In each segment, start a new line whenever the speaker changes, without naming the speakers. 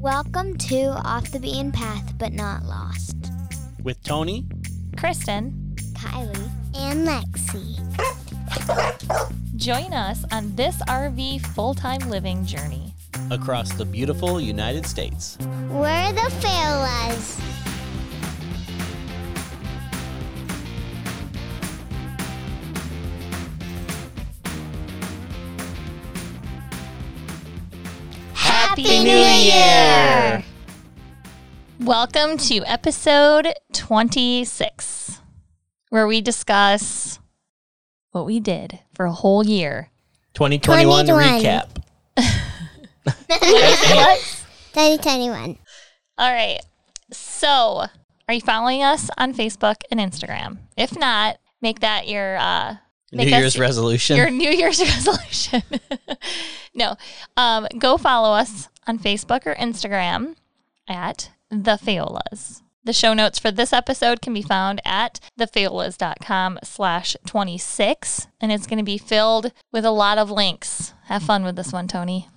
Welcome to Off the Beaten Path But Not Lost.
with Tony.
Kristen,
Kylie and Lexi.
join us on this RV full time living journey.
across the beautiful United States.
We're the Fairlas.
Happy
New Year!
Welcome to episode 26, where we discuss what we did for a whole year.
2021
2021.
recap.
Tiny tiny one.
All right. So, are you following us on Facebook and Instagram? If not, make that your uh, make
New
us
Year's resolution.
your New Year's resolution. no, um, go follow us on Facebook or Instagram at The Faolas. The show notes for this episode can be found at thefaolas.com slash 26, and it's going to be filled with a lot of links. Have fun with this one, Tony.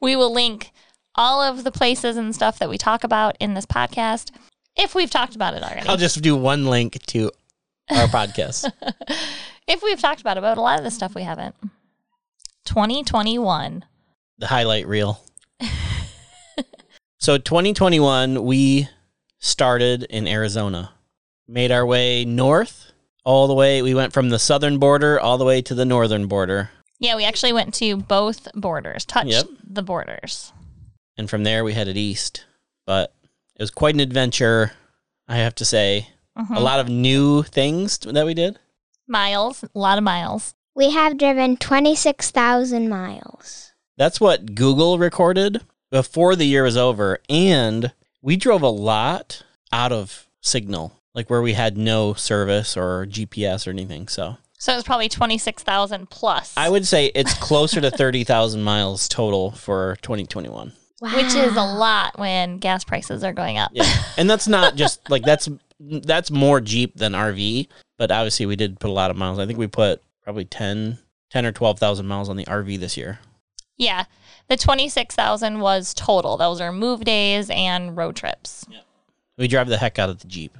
we will link all of the places and stuff that we talk about in this podcast if we've talked about it already.
I'll just do one link to our podcast.
If we've talked about it, but a lot of the stuff we haven't. 2021.
the highlight reel. so 2021, we started in Arizona, made our way north all the way. We went from the southern border all the way to the northern border,
Yeah, we actually went to both borders, touched
Yep.
the borders.
and from there we headed east. But it was quite an adventure, I have to say. A
Mhm.
lot of new things that we did.
Miles, a lot of miles.
We have driven 26,000 miles.
That's what Google recorded before the year was over. And we drove a lot out of signal, like where we had no service or GPS or anything. So
So it was probably 26,000 plus,
I would say it's closer to 30,000 miles total for 2021.
Wow.
which is a lot when gas prices are going up.
Yeah. And that's not just like that's that's more Jeep than RV, but obviously we did put a lot of miles. I think we put probably 10 10 or 12,000 miles on the RV this year.
Yeah. The 26,000 was total. Those are move days and road trips.
We drive the heck out of the Jeep.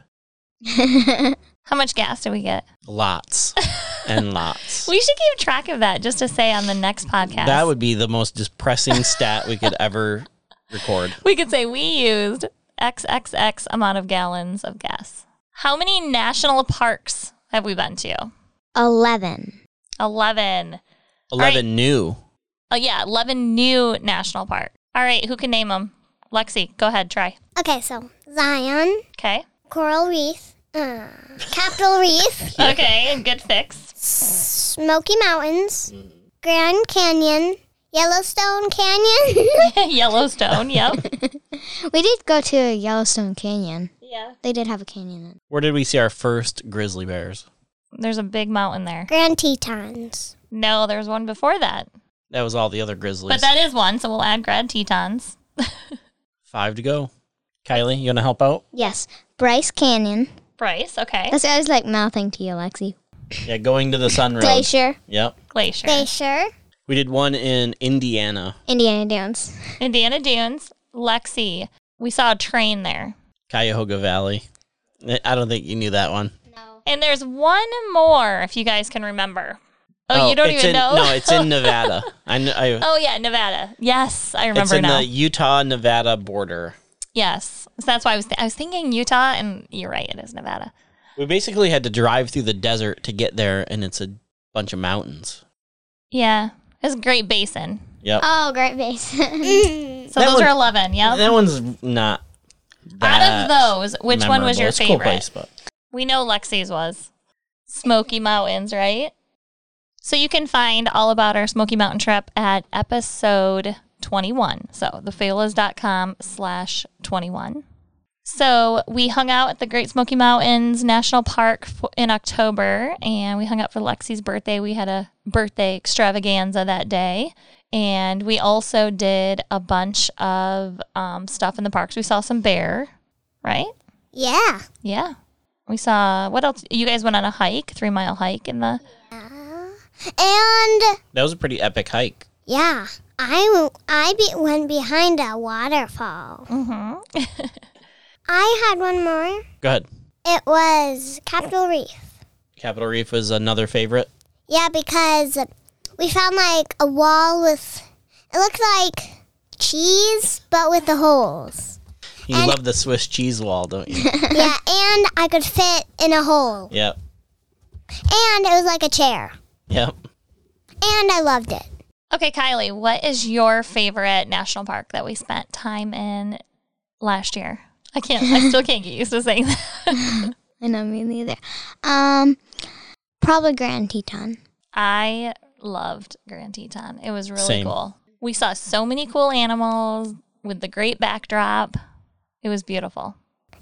How much gas did we get?
Lots and lots.
We should keep track of that just to say on the next podcast.
That would be the most depressing stat we could ever record.
we could say we used XXX amount of gallons of gas. How many national parks have we been to?
11.
11.
11
right.
new.
Oh, yeah, 11 new national parks. All right, who can name them? Lexi, go ahead, try.
Okay, so Zion,
Okay.
Coral Reef, uh, Capitol Reef,
Okay, good fix.
Smoky Mountains, Grand Canyon, Yellowstone Canyon.
Yellowstone, yep.
we did go to Yellowstone Canyon.
Yeah.
They did have a canyon in
Where did we see our first grizzly bears?
There's a big mountain there.
Grand Tetons.
No, there's one before that.
That was all the other grizzlies.
But that is one, so we'll add Grand Tetons.
Five to go. Kylie, you want to help out?
Yes, Bryce Canyon.
Bryce, okay.
That's what I was like mouthing to you, Lexi.
Yeah, going to the sun road.
Glacier.
Yep.
Glacier.
Glacier.
We did one in Indiana.
Indiana Downs.
Indiana Dunes. Lexi, we saw a train there.
Cuyahoga Valley. Eh, I- I don't think you knew that one.
No.
And there's one more, if you guys can remember. Oh, you don't
it's
even
in-
know?
No, it's in Nevada. I, kn- I
oh, yeah, Nevada. Yes, I remember
It's in
now.
the Utah Nevada border.
yes. So that's why I was, th- I was thinking Utah, and you're right, it is Nevada.
We basically had to drive through the desert to get there, and it's a bunch of mountains.
Yeah. It's a great basin.
Yep.
Oh, Great Basin.
So
That
those
one-
are 11, yeah?
That one's not. that
Out of those, which one
memorable.
was your
It's a
favorite?
Cool place, but
We know Lexi's was Smoky Mountains, right? So you can find all about our Smoky Mountain trip at episode 21. So thefailas.com slash 21. So we hung out at the Great Smoky Mountains National Park f- in October and we hung out for Lexi's birthday. We had a birthday extravaganza that day. And we also did a bunch of um, stuff in the parks. We saw some bear, right?
yeah.
Yeah. We saw what else? You guys went on a hike, three mile hike in the
And
that was a pretty epic hike.
yeah, I, w- I be- went behind a waterfall.
Mm-hmm.
I had one more.
Go ahead.
It was Capitol Reef.
Capitol Reef is another favorite.
Yeah, because we found like a wall with, it looked like cheese, but with the holes.
You
And-
love the Swiss cheese wall, don't you?
yeah, and I could fit in a hole.
yep.
And it was like a chair.
Yep.
And I loved it.
Okay, Kylie, what is your favorite national park that we spent time in last year? I can't. I still can't get used to saying that.
I know, me neither. Um, probably Grand Teton.
I loved Grand Teton. It was really
Same.
cool. We saw so many cool animals with the great backdrop. It was beautiful.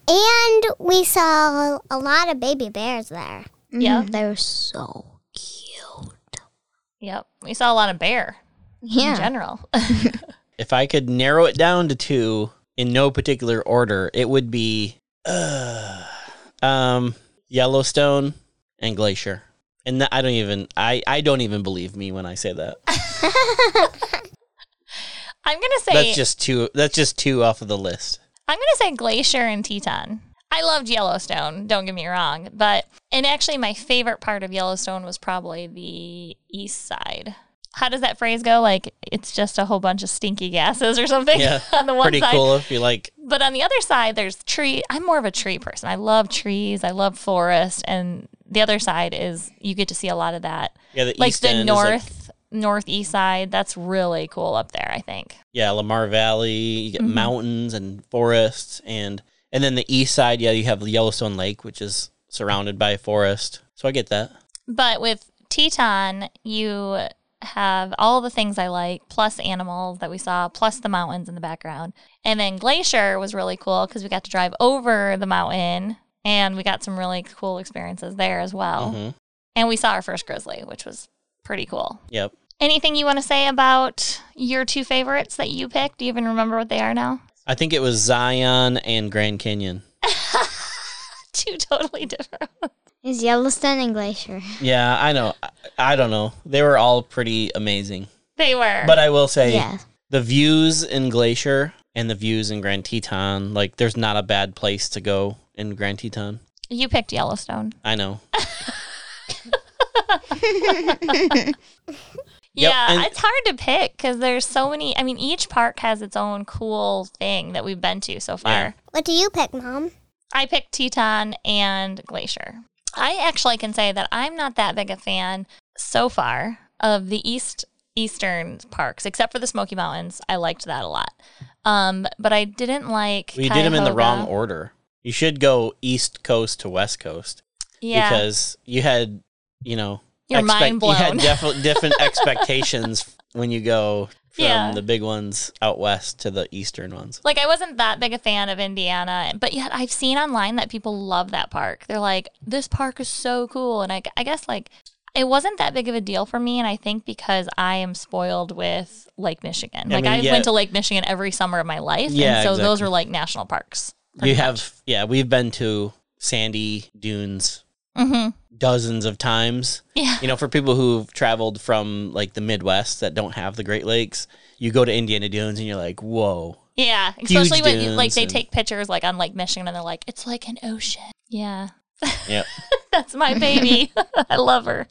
And we saw a lot of baby bears there.
Yeah.
Mm-hmm. they were so cute.
Yep. We saw a lot of bear in
Yeah,
general.
If I could narrow it down to two in no particular order, it would be uh, um, Yellowstone and Glacier. And that, I don't even I, I don't even believe me when I say that.
I'm gonna say
That's just two. That's just two off of the list.
I'm gonna say Glacier and Teton. I loved Yellowstone, don't get me wrong, but and actually my favorite part of Yellowstone was probably the east side. How does that phrase go? Like it's just a whole bunch of stinky gases or something
Yeah,
on the one
Pretty
side.
cool if you like.
But on the other side, there's tree. I'm more of a tree person. I love trees. I love forest. And the other side is you get to see a lot of that,
Yeah, the
like
east
the
end is, like,
north northeast side. That's really cool up there. I think.
yeah, Lamar Valley. You
Mm-hmm.
get mountains and forests, and and then the east side. Yeah, you have Yellowstone Lake, which is surrounded by forest. So I get that.
But with Teton, you have all the things I like, plus animals that we saw, plus the mountains in the background. And then Glacier was really cool because we got to drive over the mountain and we got some really cool experiences there as well.
Mhm.
And we saw our first grizzly, which was pretty cool.
Yep.
Anything you want to say about your two favorites that you picked? Do you even remember what they are now?
I think it was Zion and Grand Canyon.
Two totally different.
is Yellowstone and Glacier.
Yeah, I know. I, I don't know. They were all pretty amazing.
They were.
But I will say
Yeah,
the views in Glacier and the views in Grand Teton, like there's not a bad place to go in Grand Teton.
you picked Yellowstone.
I know. Yep,
Yeah,
and-
it's hard to pick because there's so many. I mean, each park has its own cool thing that we've been to so far.
Yeah.
What do you pick, Mom?
I picked Teton and Glacier. I actually can say that I'm not that big a fan so far of the east eastern parks, except for the Smoky Mountains. I liked that a lot, um, but I didn't like.
We did them in the
Cuyahoga.
wrong order. You should go East Coast to West Coast
Yeah,
because you had, you know,
Your mind
You had
blown.
defi- different expectations when you go from
Yeah.
the big ones out west to the eastern ones.
like I wasn't that big a fan of Indiana, but yet I've seen online that people love that park. They're like, this park is so cool. And I, I guess like it wasn't that big of a deal for me. And I think because I am spoiled with Lake Michigan,
I
like
mean,
I
yeah.
went to Lake Michigan every summer of my life.
Yeah,
and so those
exactly.
were like national parks.
you have, yeah, we've been to sandy dunes
Mm-hmm.
dozens of times.
Yeah.
You know, for people who've traveled from like the Midwest that don't have the Great Lakes, you go to Indiana Dunes and you're like, whoa.
Yeah. Especially when you- like
dunes
they
and-
take pictures like on Lake Michigan and they're like, it's like an ocean. Yeah.
Yep.
That's my baby. I love her.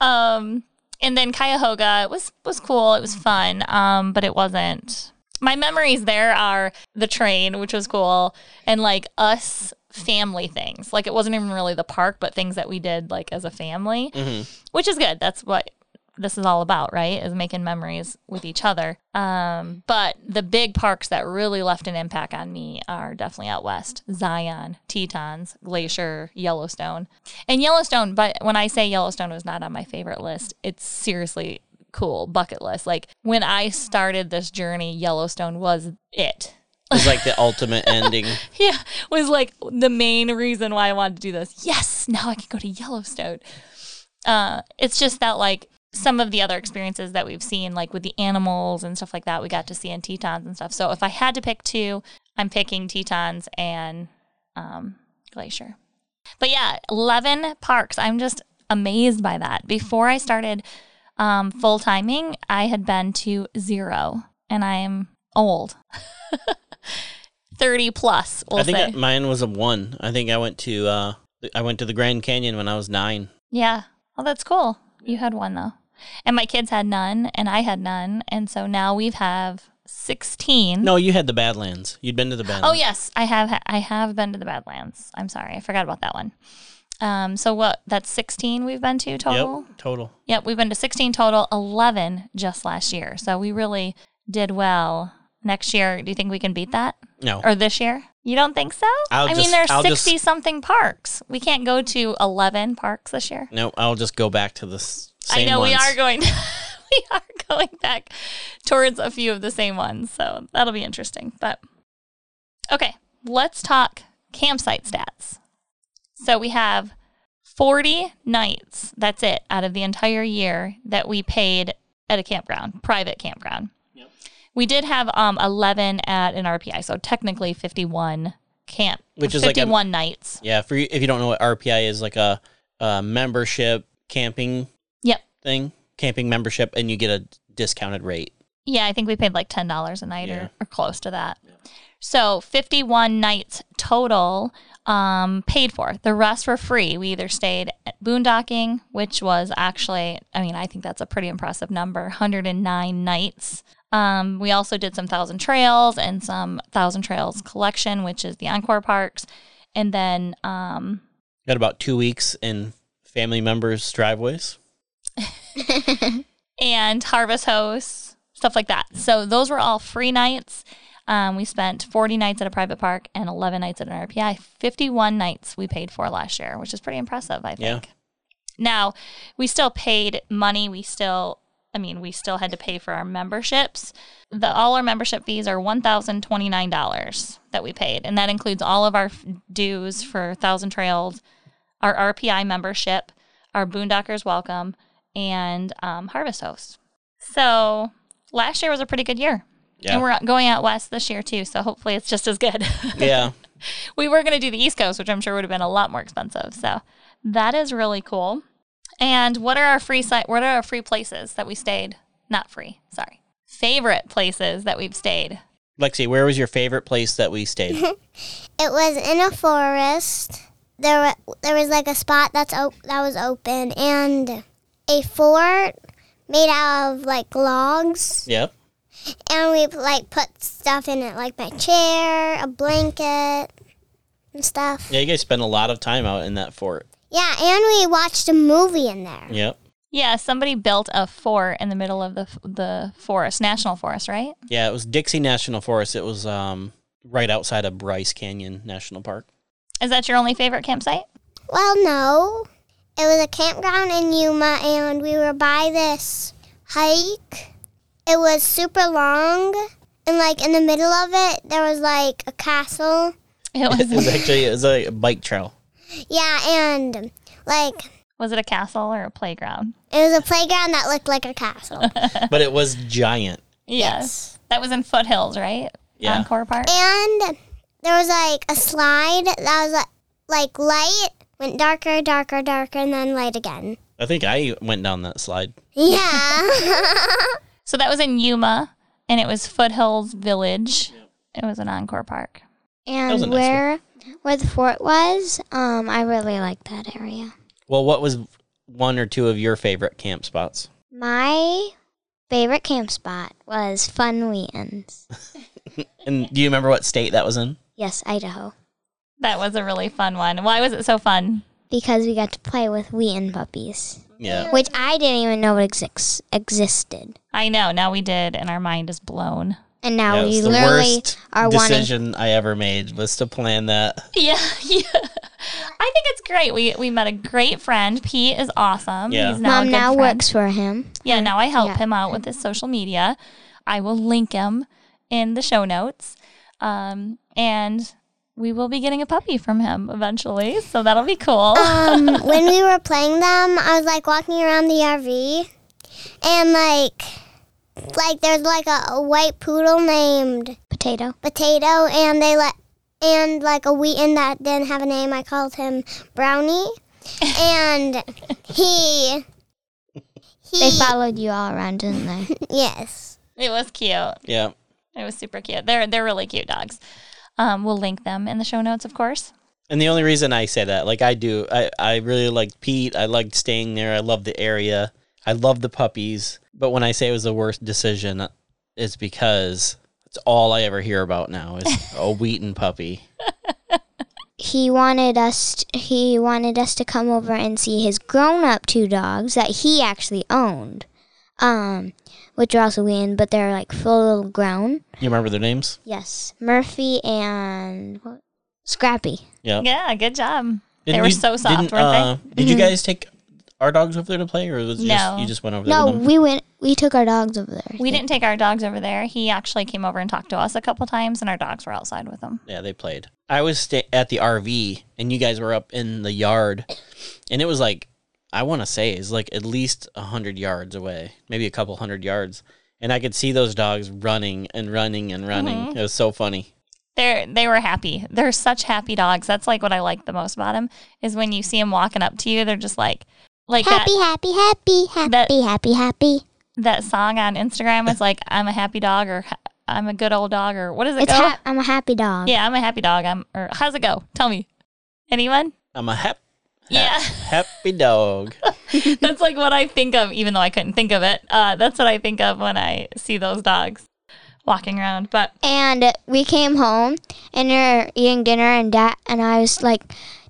um, and then Cuyahoga was was cool. It was fun, um, but it wasn't. My memories there are the train, which was cool, and like us family things. Like it wasn't even really the park, but things that we did like as a family,
Mm-hmm.
which is good. That's what this is all about, right? Is making memories with each other. Um, but the big parks that really left an impact on me are definitely out west: Zion, Tetons, Glacier, Yellowstone, and Yellowstone. But when I say Yellowstone was not on my favorite list, it's seriously cool bucket list. Like when I started this journey, Yellowstone was it.
It's like the ultimate ending.
Yeah, was like the main reason why I wanted to do this. Yes, now I can go to Yellowstone. Uh, it's just that like some of the other experiences that we've seen, like with the animals and stuff like that, we got to see in Tetons and stuff. So if I had to pick two, I'm picking Tetons and um, Glacier. But yeah, 11 parks. I'm just amazed by that. Before I started um, full timing, I had been to zero, and I am old, thirty plus. We'll
I think
say,
that mine was a one. I think I went to uh, I went to the Grand Canyon when I was nine.
yeah. Well, that's cool. You had one though, and my kids had none, and I had none, and so now we have sixteen.
No, you had the Badlands. You'd been to the Badlands.
Oh yes, I have. I have been to the Badlands. I'm sorry, I forgot about that one. Um, so what? That's 16 we've been to total.
Yep, total.
Yep, we've been to 16 total, 11 just last year. So we really did well. Next year, do you think we can beat that?
No.
Or this year? You don't think so?
I'll
I mean,
just-
there's
I'll just-
60 something parks. We can't go to 11 parks this year.
No, I'll just go back to the s- same
I know we
ones.
are going we are going back towards a few of the same ones, so that'll be interesting. But okay, let's talk campsite stats. So we have 40 nights. That's it out of the entire year that we paid at a campground, private campground. We did have um 11 at an RPI, so technically 51 camp,
Which is like a-
51 nights.
Yeah, for you, if you don't know what RPI is, like a, a membership camping
Yep.
thing, camping membership, and you get a discounted rate.
Yeah, I think we paid like ten dollars a night
Yeah.
or, or close to that. So fifty one nights total um, paid for. The rest were free. We either stayed at boondocking, which was actually I mean, I think that's a pretty impressive number, hundred and nine nights. Um, we also did some Thousand Trails and some Thousand Trails collection, which is the Encore Parks. And then um,
Got about two weeks in family members' driveways.
and Harvest Hosts, stuff like that. So those were all free nights. Um, we spent 40 nights at a private park and 11 nights at an RPI. 51 nights we paid for last year, which is pretty impressive, I
Yeah.
think. Now, we still paid money. We still, I mean, we still had to pay for our memberships. The all our membership fees are $1,029 that we paid, and that includes all of our f- dues for Thousand Trails, our RPI membership, our Boondockers Welcome, and um, Harvest Host. So last year was a pretty good year.
Yeah.
And we're going out west this year too, so hopefully it's just as good.
yeah.
we were going to do the East Coast, which I'm sure would have been a lot more expensive. So that is really cool. And what are our free site? What are our free places that we stayed? Not free, sorry. Favorite places that we've stayed.
Lexi, where was your favorite place that we stayed?
It was in a forest. There, wa- there was like a spot that's op- that was open and a fort made out of like logs,
yep.
and we like put stuff in it, like my chair, a blanket, and stuff.
Yeah, you guys spent a lot of time out in that fort.
Yeah, and we watched a movie in there.
Yep.
Yeah, somebody built a fort in the middle of the the forest, national forest, right?
Yeah, it was Dixie National Forest. It was um right outside of Bryce Canyon National Park.
Is that your only favorite campsite?
Well, no. It was a campground in Yuma, and we were by this hike. It was super long, and like in the middle of it, there was like a castle.
It
It was
was
actually it was a bike trail.
Yeah, and like
was it a castle or a playground?
it was a playground that looked like a castle.
But it was giant.
Yes. That was in Foothills, right?
Yeah.
Encore Park.
and there was like a slide that was
uh,
like, like light, went darker, darker, darker, and then light again.
I think I went down that slide.
Yeah.
So that was in Yuma, and it was Foothills Village. It was an Encore Park.
was a
And
nice one.
where where the fort was, um, I really liked that area.
Well, what was one or two of your favorite camp spots?
My favorite camp spot was Fun Weans.
And do you remember what state that was in?
Yes, Idaho.
That was a really fun one. Why was it so fun?
Because we got to play with Wheaton puppies,
Yeah.
which I didn't even know exis- existed.
I know. Now we did, and our mind is blown.
And now
That
we
was the
literally
worst
are wanting.
decision I ever made was to plan that.
Yeah, yeah. I think it's great. We we met a great friend. Pete is awesome.
Yeah.
He's now a
Mom
good
now
friend.
works for him.
Yeah, now I help
yeah.
him out with his social media. I will link him in the show notes. Um, and we will be getting a puppy from him eventually. So that'll be cool.
um, when we were playing them, I was like walking around the RV, and like, like there's like a, a white poodle named
Potato.
Potato, and they let, and like a Wheaton that didn't have a name. I called him Brownie, and he.
They
He-
followed you all around, didn't they?
Yes.
It was cute.
Yeah.
It was super cute. They're they're really cute dogs. Um, we'll link them in the show notes, of course.
And the only reason I say that, like I do, I, I really liked Pete. I liked staying there. I love the area. I love the puppies. But when I say it was the worst decision, it's because it's all I ever hear about now is a Wheaton puppy.
he wanted us. t- he wanted us to come over and see his grown-up two dogs that he actually owned, um, which are also in, but they're like full grown.
You remember their names?
Yes, Murphy and what? Scrappy.
Yeah.
Yeah, good job. they
Didn't
were
you-
so soft,
didn't,
weren't Mm-hmm.
uh, Did you guys take our dogs over there to play, or was it
No.
just you just went over there?
No,
with them?
we went. We took our dogs over there.
uh,
they? We didn't take our dogs over there. He actually came over and talked to us a couple times, and our dogs were outside with him.
Yeah, they played. I was sta- at the RV, and you guys were up in the yard, and it was like I want to say it's like at least a hundred yards away, maybe a couple hundred yards, and I could see those dogs running and running and running. It was so funny.
They're they were happy. They're such happy dogs. That's like what I like the most about them is when you see them walking up to you. They're just like like that,
happy, happy, happy, happy,
That-
happy, happy.
that song on Instagram is like I'm a happy dog or "Ha- I'm a good old dog or what is it
It's
go?
ha- I'm a happy dog.
yeah, I'm a happy dog. I'm or how's it go? Tell me. Anyone?
I'm a hap-
Yeah.
happy dog.
that's like what I think of, even though I couldn't think of it. Uh, that's what I think of when I see those dogs walking around. But
And we came home and we were eating dinner, and dad and I was like,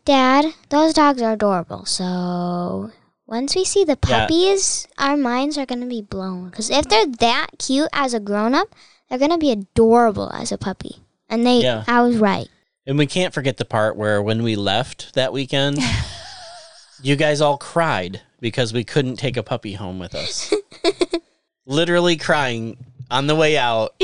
Dad, those dogs are adorable. So once we see the
Yeah.
puppies, our minds are gonna be blown. Because if they're that cute as a grown up, they're gonna be adorable as a puppy. And they,
Yeah.
I was right.
And we can't forget the part where when we left that weekend, you guys all cried because we couldn't take a puppy home with us. Literally crying on the way out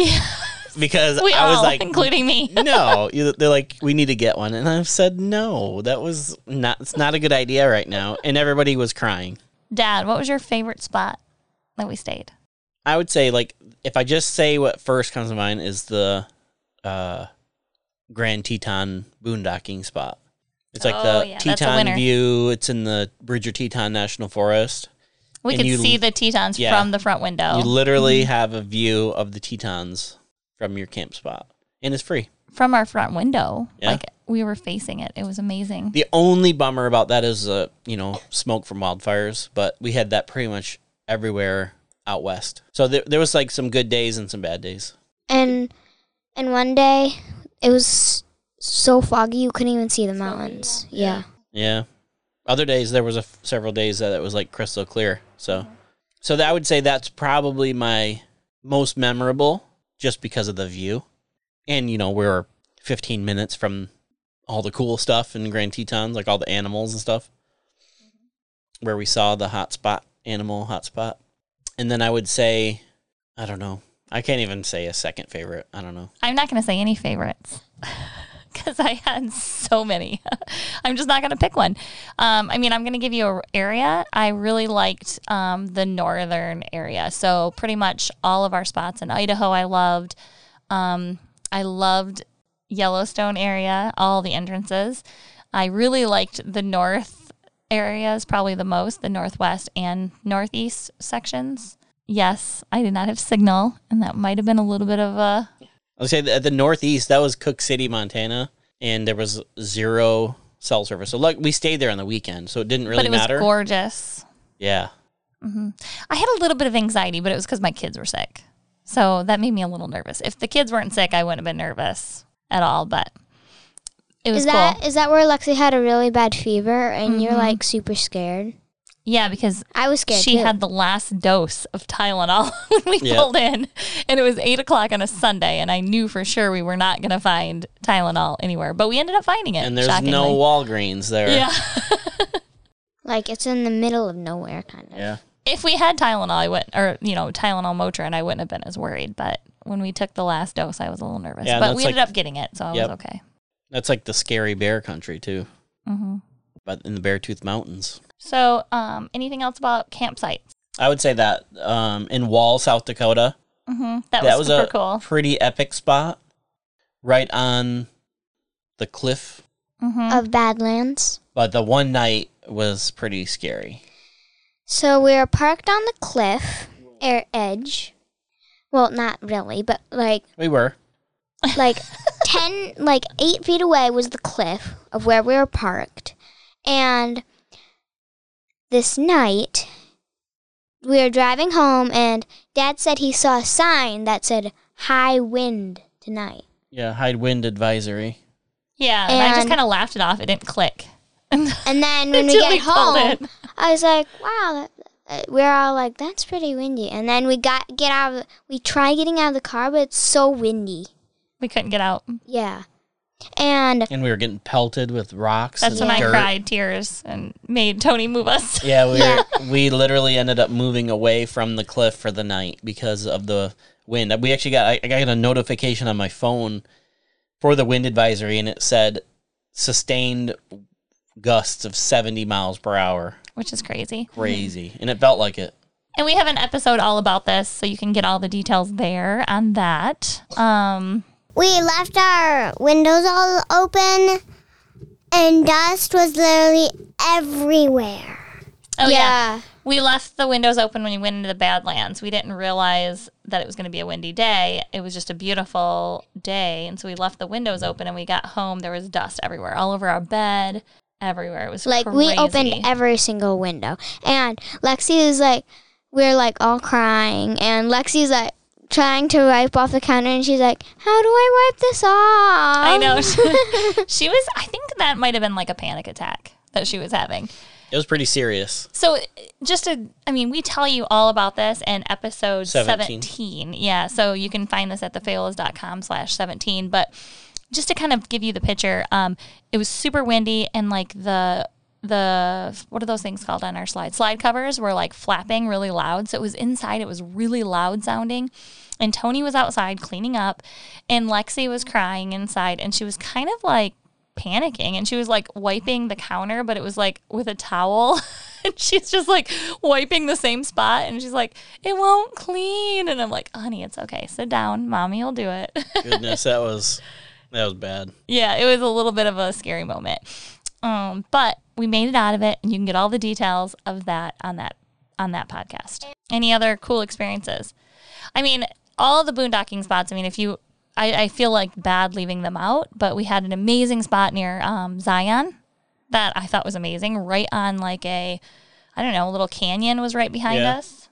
because
we
I
all,
was like,
including me,
no, You- they're like, we need to get one. And I've said, no, that was not, it's not a good idea right now. And everybody was crying.
Dad, what was your favorite spot that we stayed?
I would say, like, if I just say what first comes to mind is the uh, Grand Teton boondocking spot. It's like
Oh,
the
yeah, that's a
Teton
winner.
view. It's in the Bridger Teton National Forest.
We
And
could
you-
see the Tetons
yeah.
from the front window,
You literally
Mm-hmm.
have a view of the Tetons from your camp spot, and it's free.
from our front window.
Yeah.
Like we were facing it. It was amazing.
The only bummer about that is, uh, you know, smoke from wildfires, but we had that pretty much everywhere out west. So there, there was like some good days and some bad days.
And and one day, it was so foggy you couldn't even see the mountains. yeah.
Yeah. Other days there was a f- several days that it was like crystal clear. So, so that I would say that's probably my most memorable, just because of the view, and you know we were 15 minutes from all the cool stuff in Grand Tetons, like all the animals and stuff, where we saw the hot spot animal hot spot, and then I would say, I don't know, I can't even say a second favorite. I don't know.
I'm not going to say any favorites because I had so many. I'm just not going to pick one. Um, I mean, I'm going to give you an area. I really liked um, the northern area. So, pretty much all of our spots in Idaho, I loved. Um, I loved Yellowstone area, all the entrances. I really liked the north areas probably the most, the northwest and northeast sections. Yes, I did not have signal, and that might have been a little bit of a
I'll say that at the northeast, that was Cook City, Montana, and there was zero cell service. So like we stayed there on the weekend, so it didn't really
but it
matter.
was gorgeous. Mm-hmm.
yeah.
I had a little bit of anxiety, but it was because my kids were sick. So that made me a little nervous. If the kids weren't sick, I wouldn't have been nervous at all, but it was
Is that is
cool.
that where Lexi had a really bad fever and you're like super scared?
Yeah, because
I was scared.
she
too.
had the last dose of Tylenol when we
Yeah.
pulled in, and it was eight o'clock on a Sunday, and I knew for sure we were not going to find Tylenol anywhere, but we ended up finding it.
And there's
shockingly.
no Walgreens there.
Yeah.
Like it's in the middle of nowhere, kind of.
Yeah.
if we had Tylenol, I wouldn't, or you know, Tylenol Motrin, I wouldn't have been as worried. But when we took the last dose, I was a little nervous.
Yeah, and
but
that's
we ended
like-
up getting it, so I
Yep.
was okay. Mm-hmm.
That's like the scary bear country too. But in the Bear Tooth Mountains.
So, um, anything else about campsites?
I would say that um, in Wall, South Dakota,
Mm-hmm. That,
that
was,
was,
super
a
cool.
pretty epic spot right on the cliff.
Uh,
Mm-hmm.
Of Badlands.
But the one night was pretty scary.
So we were parked on the cliff air edge. Well, not really, but like
We were.
like 10 like 8 feet away was the cliff of where we were parked and this night we were driving home and dad said he saw a sign that said high wind tonight
Yeah, high wind advisory.
Yeah, and, I just
And-
kind of laughed it off. It didn't click.
and then when we
Until
get
they called
home
it.
i was like wow that, uh, we we're all like that's pretty windy and then we got get out of we try getting out of the car but it's so windy
We couldn't get out.
yeah and
And we were getting pelted with rocks.
That's
and
when I
dirt.
cried tears and made Tony move us.
Yeah, we were, we literally ended up moving away from the cliff for the night because of the wind. We actually got I, I got a notification on my phone for the wind advisory, and it said sustained gusts of seventy miles per hour.
which is crazy. Hmm.
Crazy, and it felt like it.
And we have an episode all about this, so you can get all the details there on that. Um,
We left our windows all open, and dust was literally everywhere.
oh yeah.
yeah
we left the windows open when we went into the Badlands. We didn't realize that it was going to be a windy day. It was just a beautiful day, and so we left the windows open. And we got home, there was dust everywhere, all over our bed, everywhere. It was
Like we
crazy.
opened every single window, and Lexi is like, we're like all crying, and Lexi's like trying to wipe off the counter, and she's like, how do I wipe this off?
I
I
know she, she was. I think that might have been like a panic attack that she was having.
It was pretty serious.
So, just to, I mean, we tell you all about this in episode 17.
Seventeen.
Yeah. So you can find this at thefailas.com slash 17. But just to kind of give you the picture, um, it was super windy and like the, the what are those things called on our slide slide covers were like flapping really loud so it was inside it was really loud sounding and tony was outside cleaning up and lexi was crying inside and she was kind of like panicking and she was like wiping the counter but it was like with a towel and she's just like wiping the same spot and she's like it won't clean and i'm like honey it's okay sit down mommy will do it
Goodness, that was that was bad.
yeah it was a little bit of a scary moment um, but we made it out of it and you can get all the details of that on that on that podcast any other cool experiences i mean all the boondocking spots i mean if you I, I feel like bad leaving them out but we had an amazing spot near um, zion that i thought was amazing right on like a i don't know a little canyon was right behind
Yeah.
us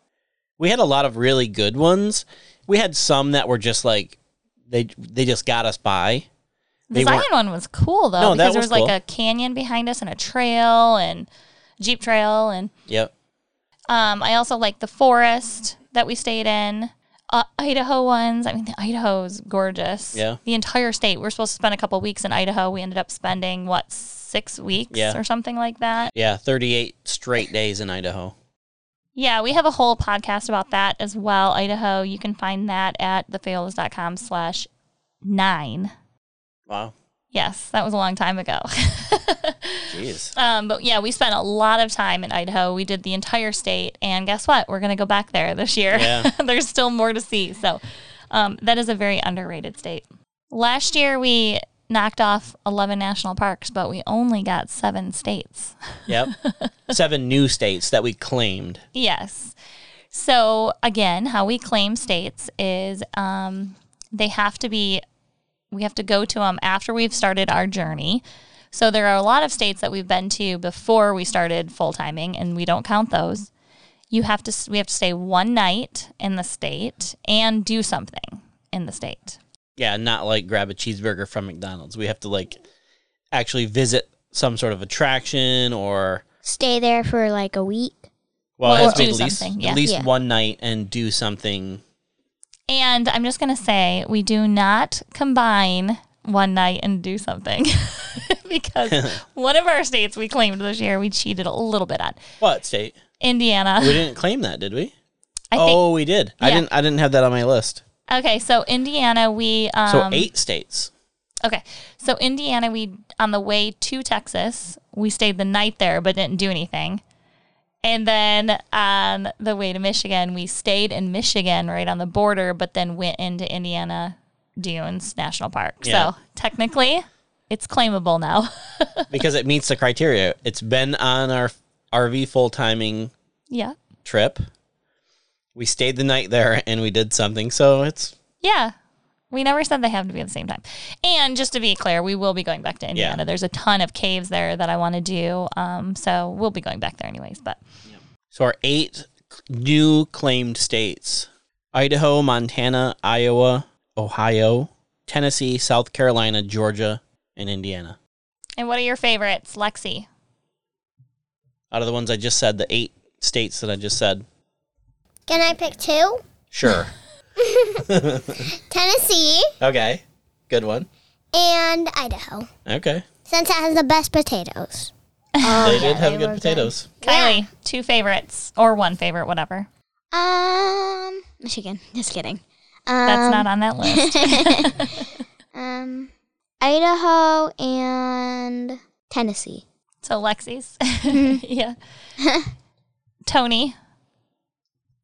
We had a lot of really good ones. We had some that were just like they they just got us by.
The
They
Zion
weren't-
one was cool though
No, that
because there was
was
like
cool.
a canyon behind us and a trail and jeep trail and
Yep.
um, I also like the forest that we stayed in. Uh, Idaho ones. I mean, the Idaho's gorgeous.
Yeah.
The entire state. We're supposed to spend a couple weeks in Idaho. We ended up spending what six weeks
Yeah.
or something like that.
Yeah, 38 straight days in Idaho.
Yeah, we have a whole podcast about that as well. Idaho. You can find that at thefails.com slash nine.
Wow.
Yes, that was a long time ago.
Jeez.
Um, but yeah, we spent a lot of time in Idaho. We did the entire state, and guess what? We're going to go back there this year.
Yeah.
There's still more to see. So um, that is a very underrated state. Last year, we knocked off 11 national parks, but we only got seven states.
Yep. Seven new states that we claimed.
Yes. So again, how we claim states is um, they have to be, we have to go to them after we've started our journey. So there are a lot of states that we've been to before we started full timing, and we don't count those. You have to, s- we have to stay one night in the state and do something in the state.
Yeah, not like grab a cheeseburger from McDonald's. We have to like actually visit some sort of attraction or
Stay there for like a week.
well,
Well,
it has to be
do
at least
something, yeah.
at least
Yeah.
one night and do something.
And I'm just going to say, we do not combine one night and do something because one of our states we claimed this year, we cheated a little bit on
What state?
Indiana.
We didn't claim that, did we?
I think,
oh, we did. I
Yeah.
didn't I didn't have that on my list.
okay, so Indiana, we. Um,
So eight states.
Okay, so Indiana, we on the way to Texas, we stayed the night there, but didn't do anything. And then on the way to Michigan, we stayed in Michigan, right on the border, but then went into Indiana Dunes National Park.
Yeah.
So technically, it's claimable now.
because it meets the criteria. It's been on our RV full timing
Yeah.
trip. We stayed the night there and we did something. So it's
Yeah. We never said they have to be at the same time. And just to be clear, we will be going back to Indiana. There's a ton of caves there that I want to do. Um, so we'll be going back there anyways. But
so our eight new claimed states Idaho, Montana, Iowa, Ohio, Tennessee, South Carolina, Georgia, and Indiana.
and what are your favorites, Lexi?
Out of the ones I just said, the eight states that I just said.
Can I pick two?
Sure.
Tennessee
okay. Good one.
and Idaho,
Okay.
since it has the best potatoes.
Oh, they did have good potatoes.
Kylie, two favorites or one favorite, whatever.
Um, Michigan. Just kidding. Um,
That's not on that list.
um, Idaho and Tennessee.
so Lexi's. yeah. Tony.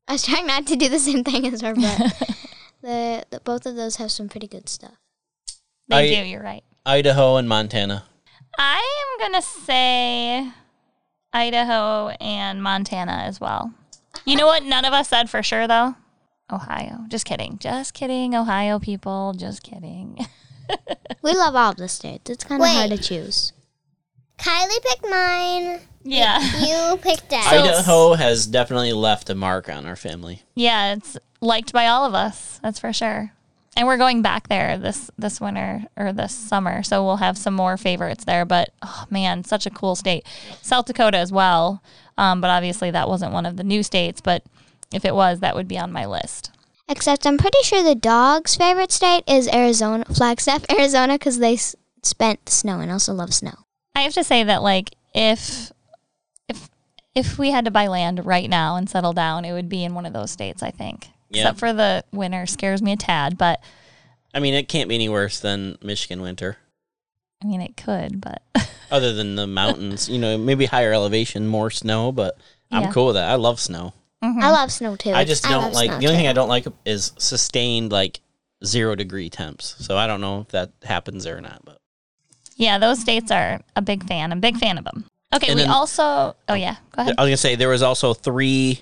I was trying not to do the same thing as her, but the, the both of those have some pretty good stuff.
They
I-
do, you're right.
Idaho and Montana.
I am going to say Idaho and Montana as well. You know what? None of us said for sure, though? Ohio. Just kidding. Just kidding, Ohio people. Just kidding.
We love all the states. It's kind of hard to
Wait.
choose.
Kylie picked mine.
Yeah.
You picked
So-
that.
Idaho has definitely left a mark on our family.
Yeah, it's liked by all of us. That's for sure. And we're going back there this this winter or this summer, so we'll have some more favorites there. But oh man, such a cool state, South Dakota as well. Um, but obviously, that wasn't one of the new states. But if it was, that would be on my list.
Except I'm pretty sure the dog's favorite state is Arizona, Flagstaff, Arizona, because they s- spent the snow and also love snow.
I have to say that like if if if we had to buy land right now and settle down, it would be in one of those states. I think,
Yeah.
except for the winter scares me a tad. But
I mean, it can't be any worse than Michigan winter,
I mean, it could. But
other than the mountains. you know, maybe higher elevation, more snow, but I'm
Yeah.
cool with that. I love snow.
Mm-hmm.
Mm.
I love snow too.
I just
I
don't
love
like
snow
the only
too.
thing I don't like is sustained like zero degree temps. So I don't know if that happens or not. But
Yeah, those states are a big fan. I'm a big fan of them. Okay,
And
we
then-
also. Oh yeah,
I
go
was
ahead.
gonna say there was also three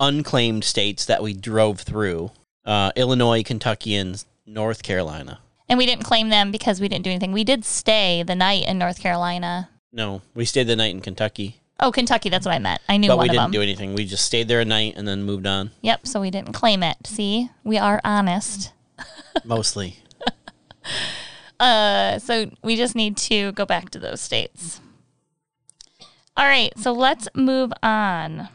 unclaimed states that we drove through: uh, Illinois, Kentucky, and North Carolina.
And we didn't claim them because we didn't do anything. We did stay the night in North Carolina.
No, we stayed the night in Kentucky,
Oh, Kentucky. That's what I meant. I knew
but
one
we
of
didn't
them.
do anything. We just stayed there a night and then moved on.
Yep. So we didn't claim it. See, we are honest.
Mostly,
Uh, so we just need to go back to those states. All right. So let's move on.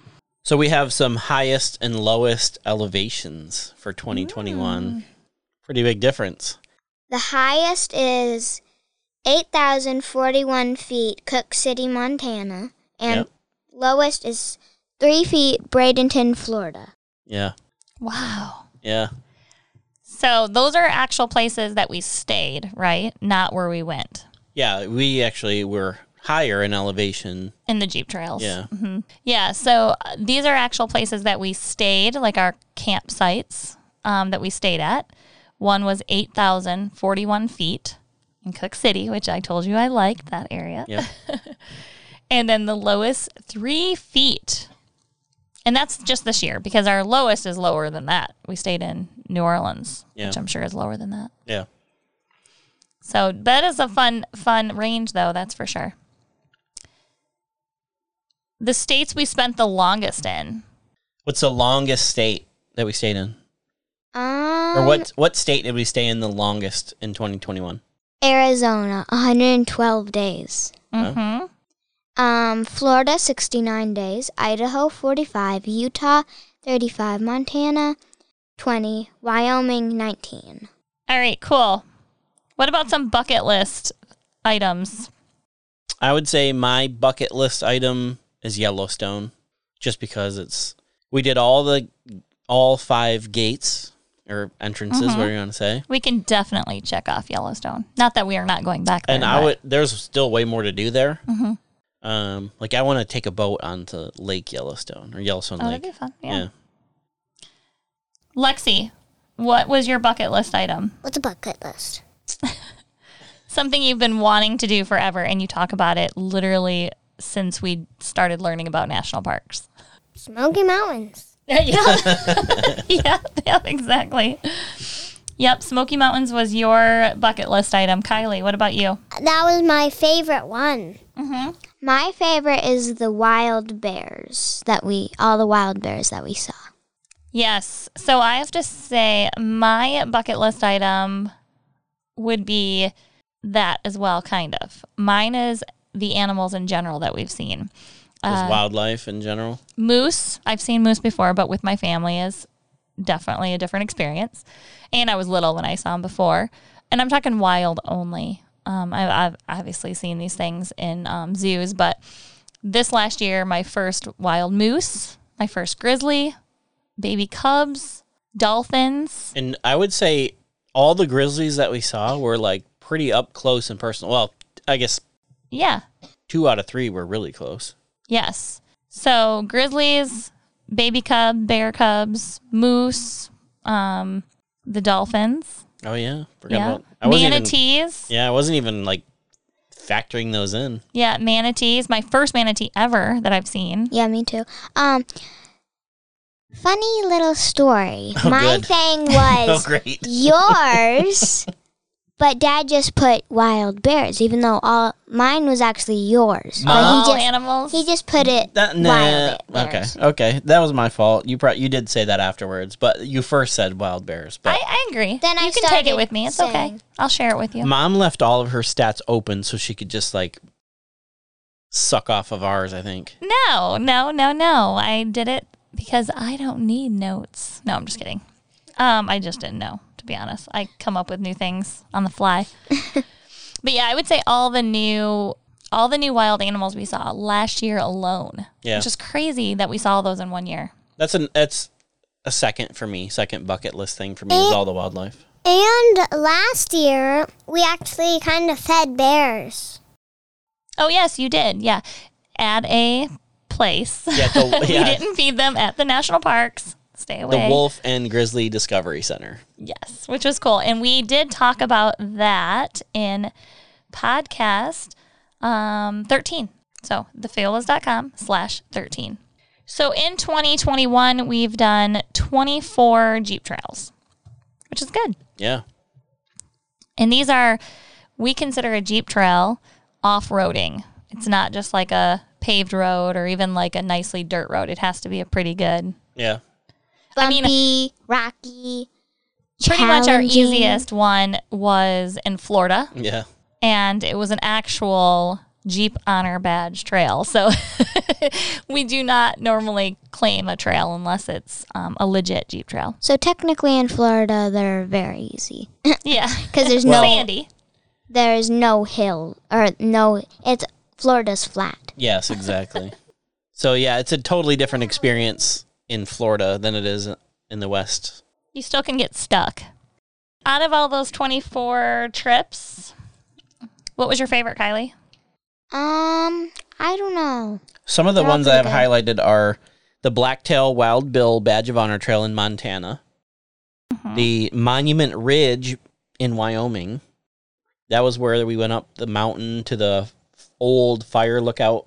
so we have some highest and lowest elevations for 2021. Pretty big difference.
The highest is 8,041 feet, Cook City, Montana. And
Yep.
lowest is 3 feet, Bradenton, Florida.
Yeah,
Wow.
yeah.
So those are actual places that we stayed, right? Not where we went.
Yeah, we actually were higher in elevation.
in the jeep trails.
Yeah.
hmm yeah. So uh, these are actual places that we stayed, like our campsites um, that we stayed at. One was eight thousand forty-one feet in Cook City, which I told you I liked that area.
Yep.
and then the lowest three feet, and that's just this year because our lowest is lower than that. We stayed in New Orleans,
Yeah.
which I'm sure is lower than that.
Yeah.
So that is a fun, fun range, though, that's for sure. The states we spent the longest in.
What's the longest state that we stayed in?
Um,
or what what state did we stay in the longest in 2021?
Arizona, 112 days.
Mm-hmm.
Um, Florida, 69 days. Idaho, 45. Utah, 35. Montana, 20. Wyoming, 19.
All right, cool. What about some bucket list items?
I would say my bucket list item is Yellowstone just because it's we did all the all five gates or entrances, whatever you want to say.
We can definitely check off Yellowstone. Not that we are not going back there.
And I
but-
would there's still way more to do there. Um like I want to take a boat onto Lake Yellowstone or Yellowstone
Oh, that'd
Lake.
be fun. Yeah.
yeah.
Lexi, what was your bucket list item?
What's a bucket list?
Something you've been wanting to do forever, and you talk about it literally since we started learning about national parks.
Smoky Mountains.
yeah. yeah, yeah, exactly. Yep, Smoky Mountains was your bucket list item. Kylie, what about you?
That was my favorite one.
Mm-hmm.
My favorite is the wild bears that we all the wild bears that we saw.
Yes. So I have to say, my bucket list item would be that as well, kind of. Mine is the animals in general that we've seen.
Just
Uh,
wildlife in general.
moose i've seen moose before but with my family is definitely a different experience and i was little when i saw them before and i'm talking wild only um, I, i've obviously seen these things in um, zoos but this last year my first wild moose my first grizzly baby cubs dolphins
And I would say all the grizzlies that we saw were like pretty up close and personal. Well, I guess
yeah
two out of three were really close.
Yes. So grizzlies, baby cub, bear cubs, moose, um, the dolphins,
Oh yeah, forgot
yeah,
about. I wasn't even.
manatees.
Yeah, I wasn't even like factoring those in.
yeah, manatees. My first manatee ever that I've seen.
Yeah, me too. Um funny little story.
Oh,
My
good.
thing
Oh
was
great!
yours, but dad just put wild bears even though all mine was actually yours.
All
but he just
animals.
he just put it
That, nah,
wild
okay,
bears.
okay, that was my fault. You pro- you did say that afterwards, but you first said wild bears. But
I, I agree.
Then
you
I
can take it
started
with me. It's okay.
saying-
I'll share it with you.
Mom left all of her stats open so she could just like suck off of ours, I think.
No, no, no, no. I did it because I don't need notes. No, I'm just kidding. Um, I just didn't know, to be honest. I come up with new things on the fly. but yeah, I would say all the new all the new wild animals we saw last year alone.
Yeah.
Which is crazy that we saw all those in one year.
That's an that's a second for me. Second bucket list thing for me is all the wildlife.
And last year, we actually kind of fed bears.
Oh yes, you did. Yeah. At a place.
Yeah, the-
we
yeah.
didn't feed them at the national parks. Stay away.
The Wolf and Grizzly Discovery Center.
Yes, which was cool. And we did talk about that in podcast um, 13. So thefailas.com slash 13. So in 2021, we've done 24 Jeep trials, which is good.
Yeah.
And these are, we consider a Jeep trail off roading. It's not just like a paved road or even like a nicely dirt road. It has to be a pretty good
Yeah.
I mean-
bumpy, rocky.
Pretty much our
challenging.
easiest one was in Florida.
Yeah.
and it was an actual Jeep Honor Badge trail. So we do not normally claim a trail unless it's um, a legit Jeep trail.
So technically in Florida they're very easy
Yeah.
cuz there's no
Sandy.
there's no hill or no it's Florida's flat.
Yes, exactly. so yeah, it's a totally different experience in Florida than it is in the West.
You still can get stuck. Out of all those 24 trips, what was your favorite, Kylie?
Um, I don't know.
Some of the
They're all
ones I have
pretty
highlighted are the Blacktail Wild Bill Badge of Honor Trail in Montana,
Mm-hmm.
the Monument Ridge in Wyoming. That was where we went up the mountain to the old fire lookout.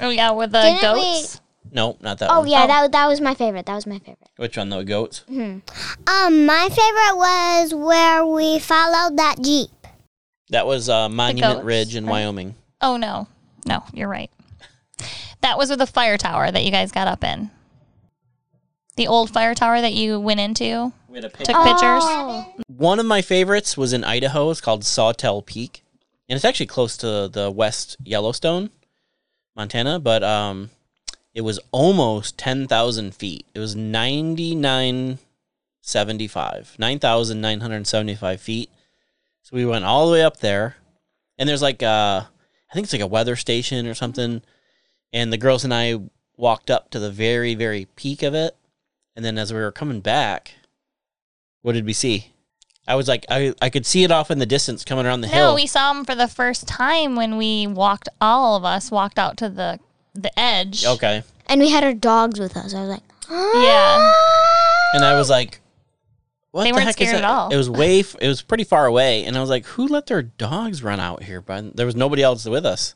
Oh, yeah, with the
Didn't
goats.
No, not that
Oh
one.
yeah,
Oh.
that that was my favorite. That was my favorite.
Which one? The goats?
Um, my favorite was where we followed that jeep.
That was uh, Monument
goats,
Ridge in Wyoming.
Oh, no. No, you're right. That was with the fire tower that you guys got up in. The old fire tower that you went into,
We had a
took pictures.
One of my favorites was in Idaho. It's called Sawtell Peak, and it's actually close to the West Yellowstone, Montana. But um, it was almost ten thousand feet. It was ninety nine seventy five, nine thousand nine hundred seventy five feet. So we went all the way up there, and there's like a, I think it's like a weather station or something. And the girls and I walked up to the very, very peak of it, and then as we were coming back, what did we see? I was like, I, I could see it off in the distance coming around the hill.
No, we saw him for the first time when we walked. All of us walked out to the the edge.
okay,
And we had our dogs with us. I was like,
Yeah.
and I was like, what
They
the
weren't
heck
scared
is
at
that?
all.
It was way, f- it was pretty far away, and I was like, who let their dogs run out here? But there was nobody else with us.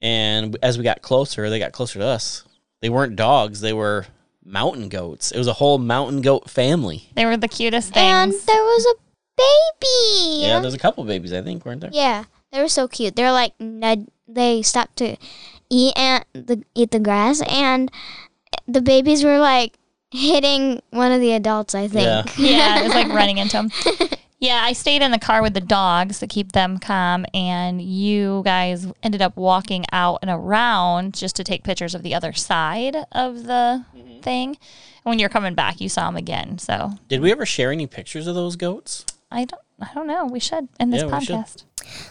And as we got closer, they got closer to us, They weren't dogs, they were mountain goats. It was a whole mountain goat family.
They were the cutest
And
things.
there was a baby.
Yeah, there's a couple babies, I think, weren't there?
Yeah, they were so cute. They're like nud- they stopped to eat and the eat the grass, and the babies were like hitting one of the adults. I
Yeah.
think.
yeah, it was like running into them. Yeah, I stayed in the car with the dogs to keep them calm, and you guys ended up walking out and around just to take pictures of the other side of the
Mm-hmm.
thing. And when you're coming back, you saw them again. So
Did we ever share any pictures of those goats?
I don't, I don't know. We should in this
Yeah, we should.
podcast.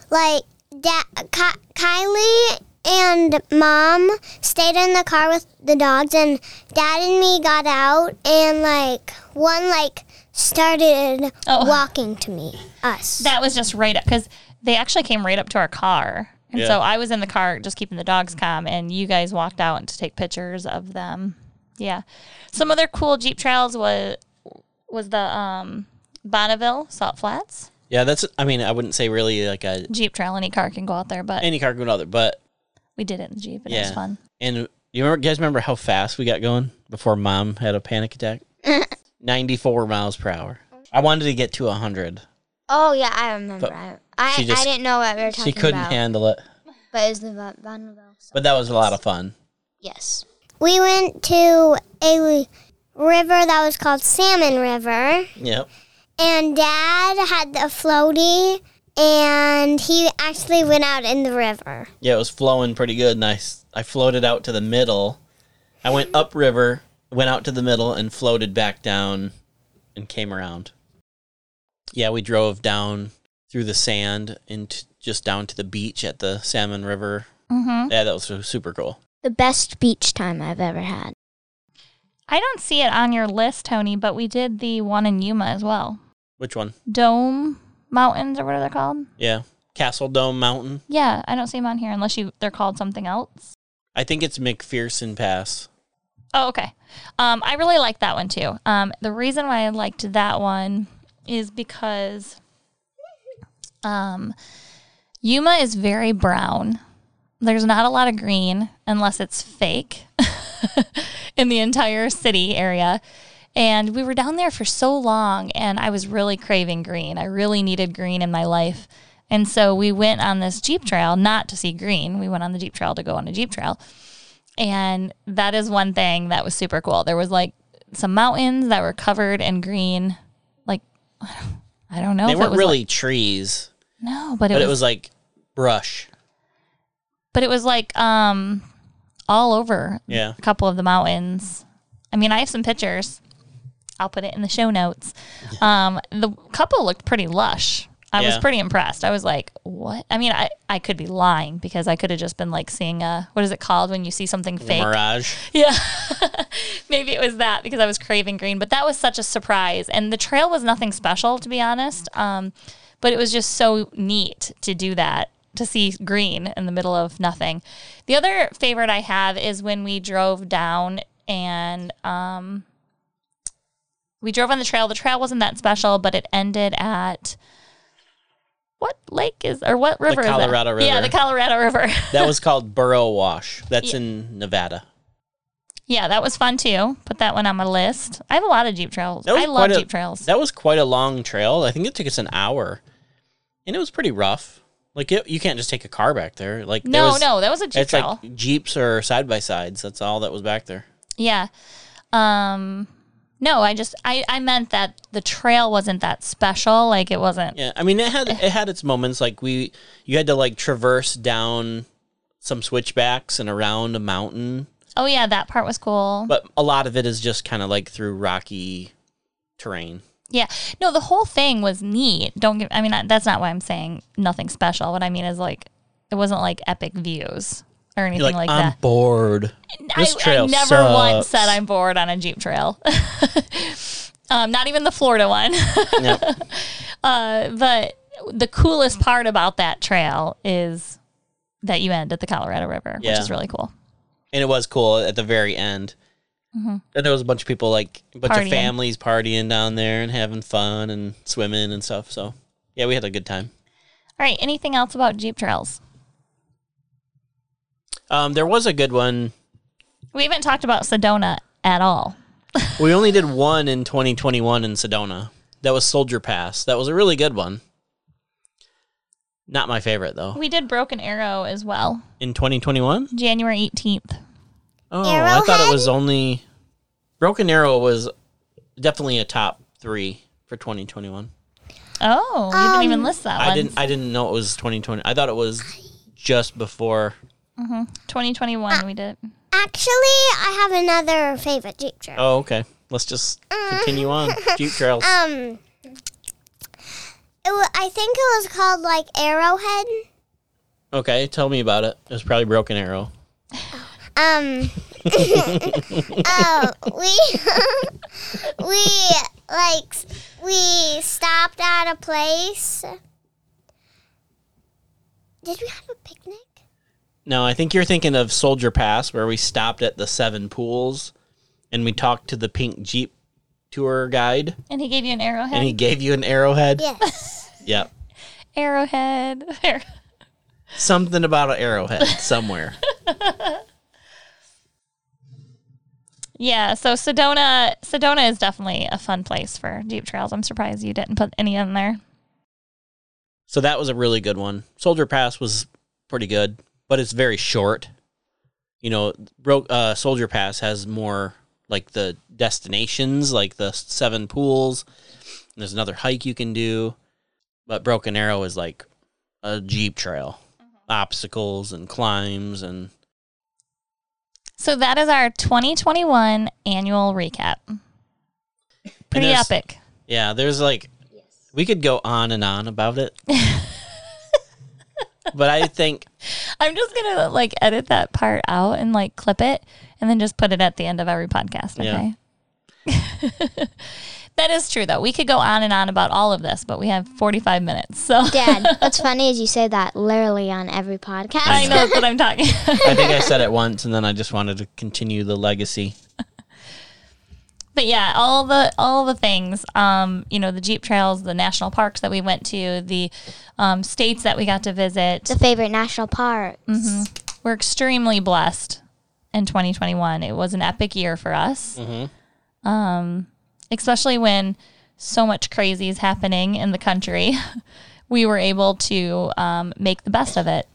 Like, da- Ki- Kylie and mom stayed in the car with the dogs, and dad and me got out, and like one like started
Oh.
walking to me, us.
That was just right up because they actually came right up to our car. And
Yeah.
so I was in the car just keeping the dogs calm, and you guys walked out to take pictures of them. Yeah. Some other cool Jeep trails was was the um, Bonneville Salt Flats
Yeah, that's I mean, I wouldn't say really like a
Jeep trail. Any car can go out there, but
any cargo other, but
we did it in the Jeep, and it was
yeah.
fun.
And you remember guys remember how fast we got going before mom had a panic attack? 94 miles per hour. I wanted to get to 100.
Oh yeah, I remember.
But
I I,
she just-
I didn't know what we were talking
She couldn't
about.
handle it.
but it was the Von- Bonneville. So
But that was a lot of fun.
yes.
we went to a river that was called Salmon River.
Yep.
And dad had the floaty and he actually went out in the river.
Yeah, it was flowing pretty good. And I, s- I floated out to the middle. I went upriver, went out to the middle, and floated back down and came around. Yeah, we drove down through the sand and t- just down to the beach at the Salmon River.
Mm-hmm.
Yeah, that was su- super cool.
The best beach time I've ever had.
I don't see it on your list, Tony, but we did the one in Yuma as well.
Which one?
Dome Mountains or what are they called?
Yeah. Castle Dome Mountain.
Yeah, I don't see them on here unless you they're called something else.
I think it's McPherson Pass.
Oh, okay. Um, I really like that one too. Um, the reason why I liked that one is because um, Yuma is very brown. There's not a lot of green unless it's fake in the entire city area. And we were down there for so long, and I was really craving green. I really needed green in my life. And so we went on this Jeep trail, not to see green. We went on the Jeep trail to go on a Jeep trail. And that is one thing that was super cool. There was like some mountains that were covered in green. Like, I don't know.
They
if it
weren't
was
really trees,
like- no, but
but
it, was, Mm.
it was like brush.
but it was like um all over
Yeah.
a couple of the mountains. I mean, I have some pictures. I'll put it in the show notes. Um, the couple looked pretty lush. I was
Yeah.
pretty impressed. I was like, "What?" I mean, I, I could be lying because I could have just been like seeing a what is it called when you see something fake?
Mirage.
Yeah. Maybe it was that because I was craving green, but that was such a surprise. And the trail was nothing special, to be honest. Um, but it was just so neat to do that, to see green in the middle of nothing. The other favorite I have is when we drove down and um, we drove on the trail. The trail wasn't that special, but it ended at. What lake is or what river is that?
Colorado River.
Yeah, the Colorado River.
That was called Burrow Wash. That's
Yeah.
in Nevada.
Yeah, that was fun too. Put that one on my list. I have a lot of Jeep trails.
That was
I love
quite a-
Jeep trails.
That was quite a long trail. I think it took us an hour, and it was pretty rough. Like it, you can't just take a car back there. Like there
no,
was-
no, that was a Jeep
it's
trail.
like jeeps or side by sides. That's all that was back there.
yeah. Um no, I just I, I meant that the trail wasn't that special. Like it wasn't
Yeah, I mean it had it had its moments. Like we, you had to like traverse down some switchbacks and around a mountain,
Oh yeah, that part was cool.
but a lot of it is just kind of like through rocky terrain.
Yeah. No, the whole thing was neat. Don't get, I mean, I- that's not why I'm saying nothing special. What I mean is like, it wasn't like epic views or anything
You're like,
like
I'm
that.
bored. This
I,
trail
I never
sucks.
once said I'm bored on a Jeep trail. um, not even the Florida one.
Yep.
uh, but the coolest part about that trail is that you end at the Colorado River, which
Yeah.
is really cool.
and it was cool at the very end. And there was a bunch of people, like a bunch
Mm-hmm. Partying.
of families partying down there and having fun and swimming and stuff. So, yeah, we had a good time.
All right. Anything else about Jeep trails?
Um, there was a good one.
We haven't talked about Sedona at all.
We only did one in 2021 in Sedona. That was Soldier Pass. That was a really good one. Not my favorite though.
We did Broken Arrow as well,
In 2021?
January 18th.
Oh, I thought it was only Broken Arrow was definitely a top 3 for 2021.
Oh, you didn't even list that one.
I didn't I didn't know it was 2020. I thought it was just before
2021, Mm-hmm. we did.
Actually, I have another favorite Jeep trip.
Oh, okay. Let's just
Mm.
continue on. Jeep trails.
Um, it wa- I think it was called like Arrowhead.
Okay, tell me about it. It was probably Broken Arrow.
Um, oh, we we like s- we stopped at a place. Did we have a picnic?
No, I think you're thinking of Soldier Pass, where we stopped at the Seven Pools, and we talked to the pink Jeep tour guide,
And he gave you an arrowhead.
and he gave you an arrowhead.
Yes.
Yep.
arrowhead. There.
something about an arrowhead somewhere.
Yeah, so Sedona Sedona is definitely a fun place for Jeep trails. I'm surprised you didn't put any in there.
so that was a really good one. Soldier Pass was pretty good, but it's very short. You know, Bro- uh, Soldier Pass has more like the destinations, like the Seven Pools. And there's another hike you can do, but Broken Arrow is like a jeep trail,
Mm-hmm.
obstacles and climbs and
So that is our 2021 annual recap. Pretty
there's-
epic.
Yeah, there's like we could go on and on about it. but I think
I'm just gonna like edit that part out and like clip it and then just put it at the end of every podcast.
Yeah.
Okay. that is true though. We could go on and on about all of this, but we have 45 minutes. So
Dad, what's funny is you say that literally on every podcast.
I know that's what I'm talking.
I think I said it once and then I just wanted to continue the legacy.
but yeah, all the all the things, um, you know, the Jeep trails, the national parks that we went to, the um, states that we got to visit.
The favorite national park.
We're extremely blessed in 2021. It was an epic year for us, um,
Mm-hmm.
especially when so much crazy is happening in the country. we were able to um, make the best of it.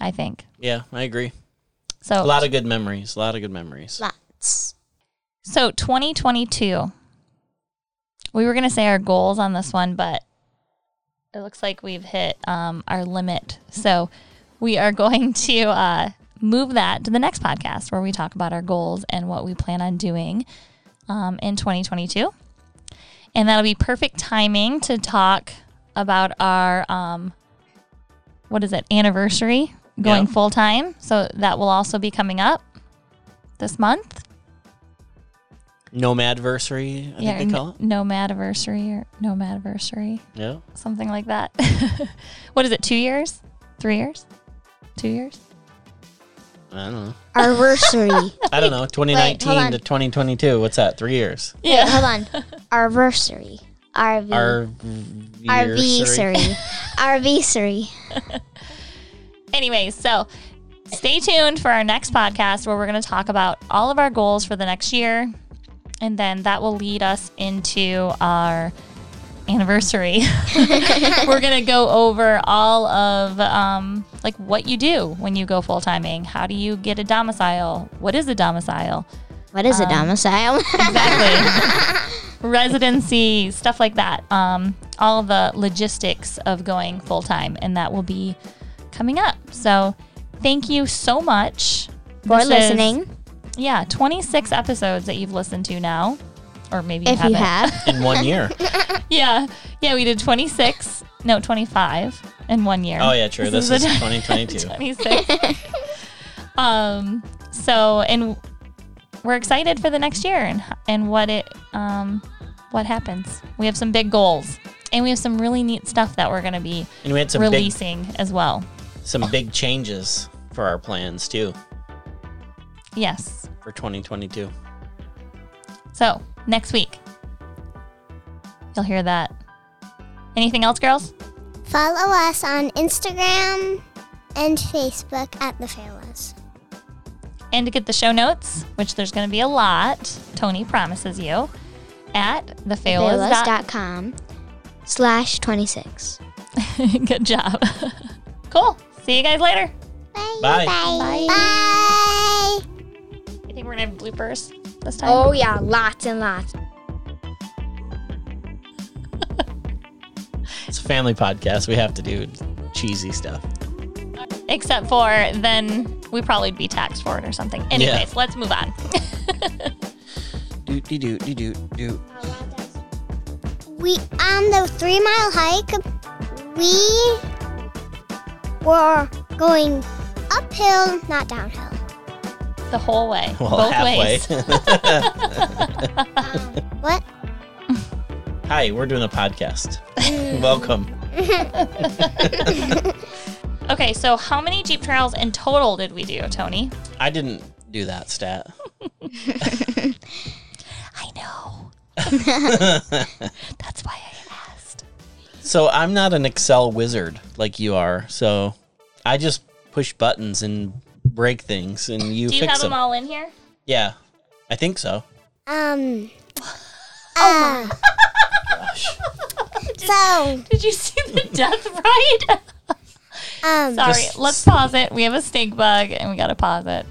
I think
Yeah, I agree.
so.
A lot of good memories. A lot of good memories.
Lots.
So 2022. We were going to say our goals on this one, but it looks like we've hit um, our limit. So we are going to uh, move that to the next podcast where we talk about our goals and what we plan on doing um, in 2022. And that'll be perfect timing to talk about our, um, what is it, anniversary going
Yeah.
full time. So that will also be coming up this month.
Nomadversary, I
yeah,
think they call it.
nomad anniversary or nomad anniversary,
Yeah.
something like that. what is it? Two years? Three years? Two years?
I don't know.
Anniversary.
I don't know. 2019
on.
to 2022. What's that? Three years.
Wait, hold on. Anniversary. RV.
Our
RV-sary. RV-sary.
Anyways, so stay tuned for our next podcast where we're going to talk about all of our goals for the next year, and then that will lead us into our anniversary. we're going to go over all of um, like what you do when you go full timing. How do you get a domicile? What is a domicile?
What is a domicile?
exactly. Residency, stuff like that. Um, all the logistics of going full time, and that will be coming up. So, thank you so much
For
This is-
listening,
yeah, 26 episodes that you've listened to now, or maybe you
if you
haven't.
have.
in one year.
Yeah, yeah, we did 26, no, 25 in one year.
Oh, yeah, true. This,
the
is 2022.
26. um, so and we're excited for the next year and and what it um what happens. We have some big goals and we have some really neat stuff that we're going to be
And we had some big,
releasing as well.
some big changes for our plans, too,
Yes.
for 2022.
So, next week you'll hear that. Anything else, girls?
Follow us on Instagram and Facebook at the Fairless.
And to get the show notes, which there's going to be a lot, Tony promises you, at thefailas.com.
Bayless.com slash 26.
Good job. cool. See you guys later.
Bye.
Bye. Bye.
You think we're going to have bloopers this time?
Oh, yeah, lots and lots.
It's a family podcast. We have to do cheesy stuff. Oh.
Except for then we probably would be taxed for it or something. Anyways, let's move on.
Doot, doot, doot, doot, doot.
we on the three mile hike we were going uphill not downhill
the whole way.
Well,
both
halfway.
ways.
what
Hi, we're doing a podcast. Welcome.
Okay, so how many Jeep trials in total did we do, Tony?
I didn't do that stat.
I know. That's why I asked.
So I'm not an Excel wizard like you are. So I just push buttons and break things, and you
Do you
fix
have them all in here?
Yeah, I think so.
um uh, so
Did you see the death ride?
um
Sorry,
Just-
let's pause it. We have a stink bug and we gotta pause it.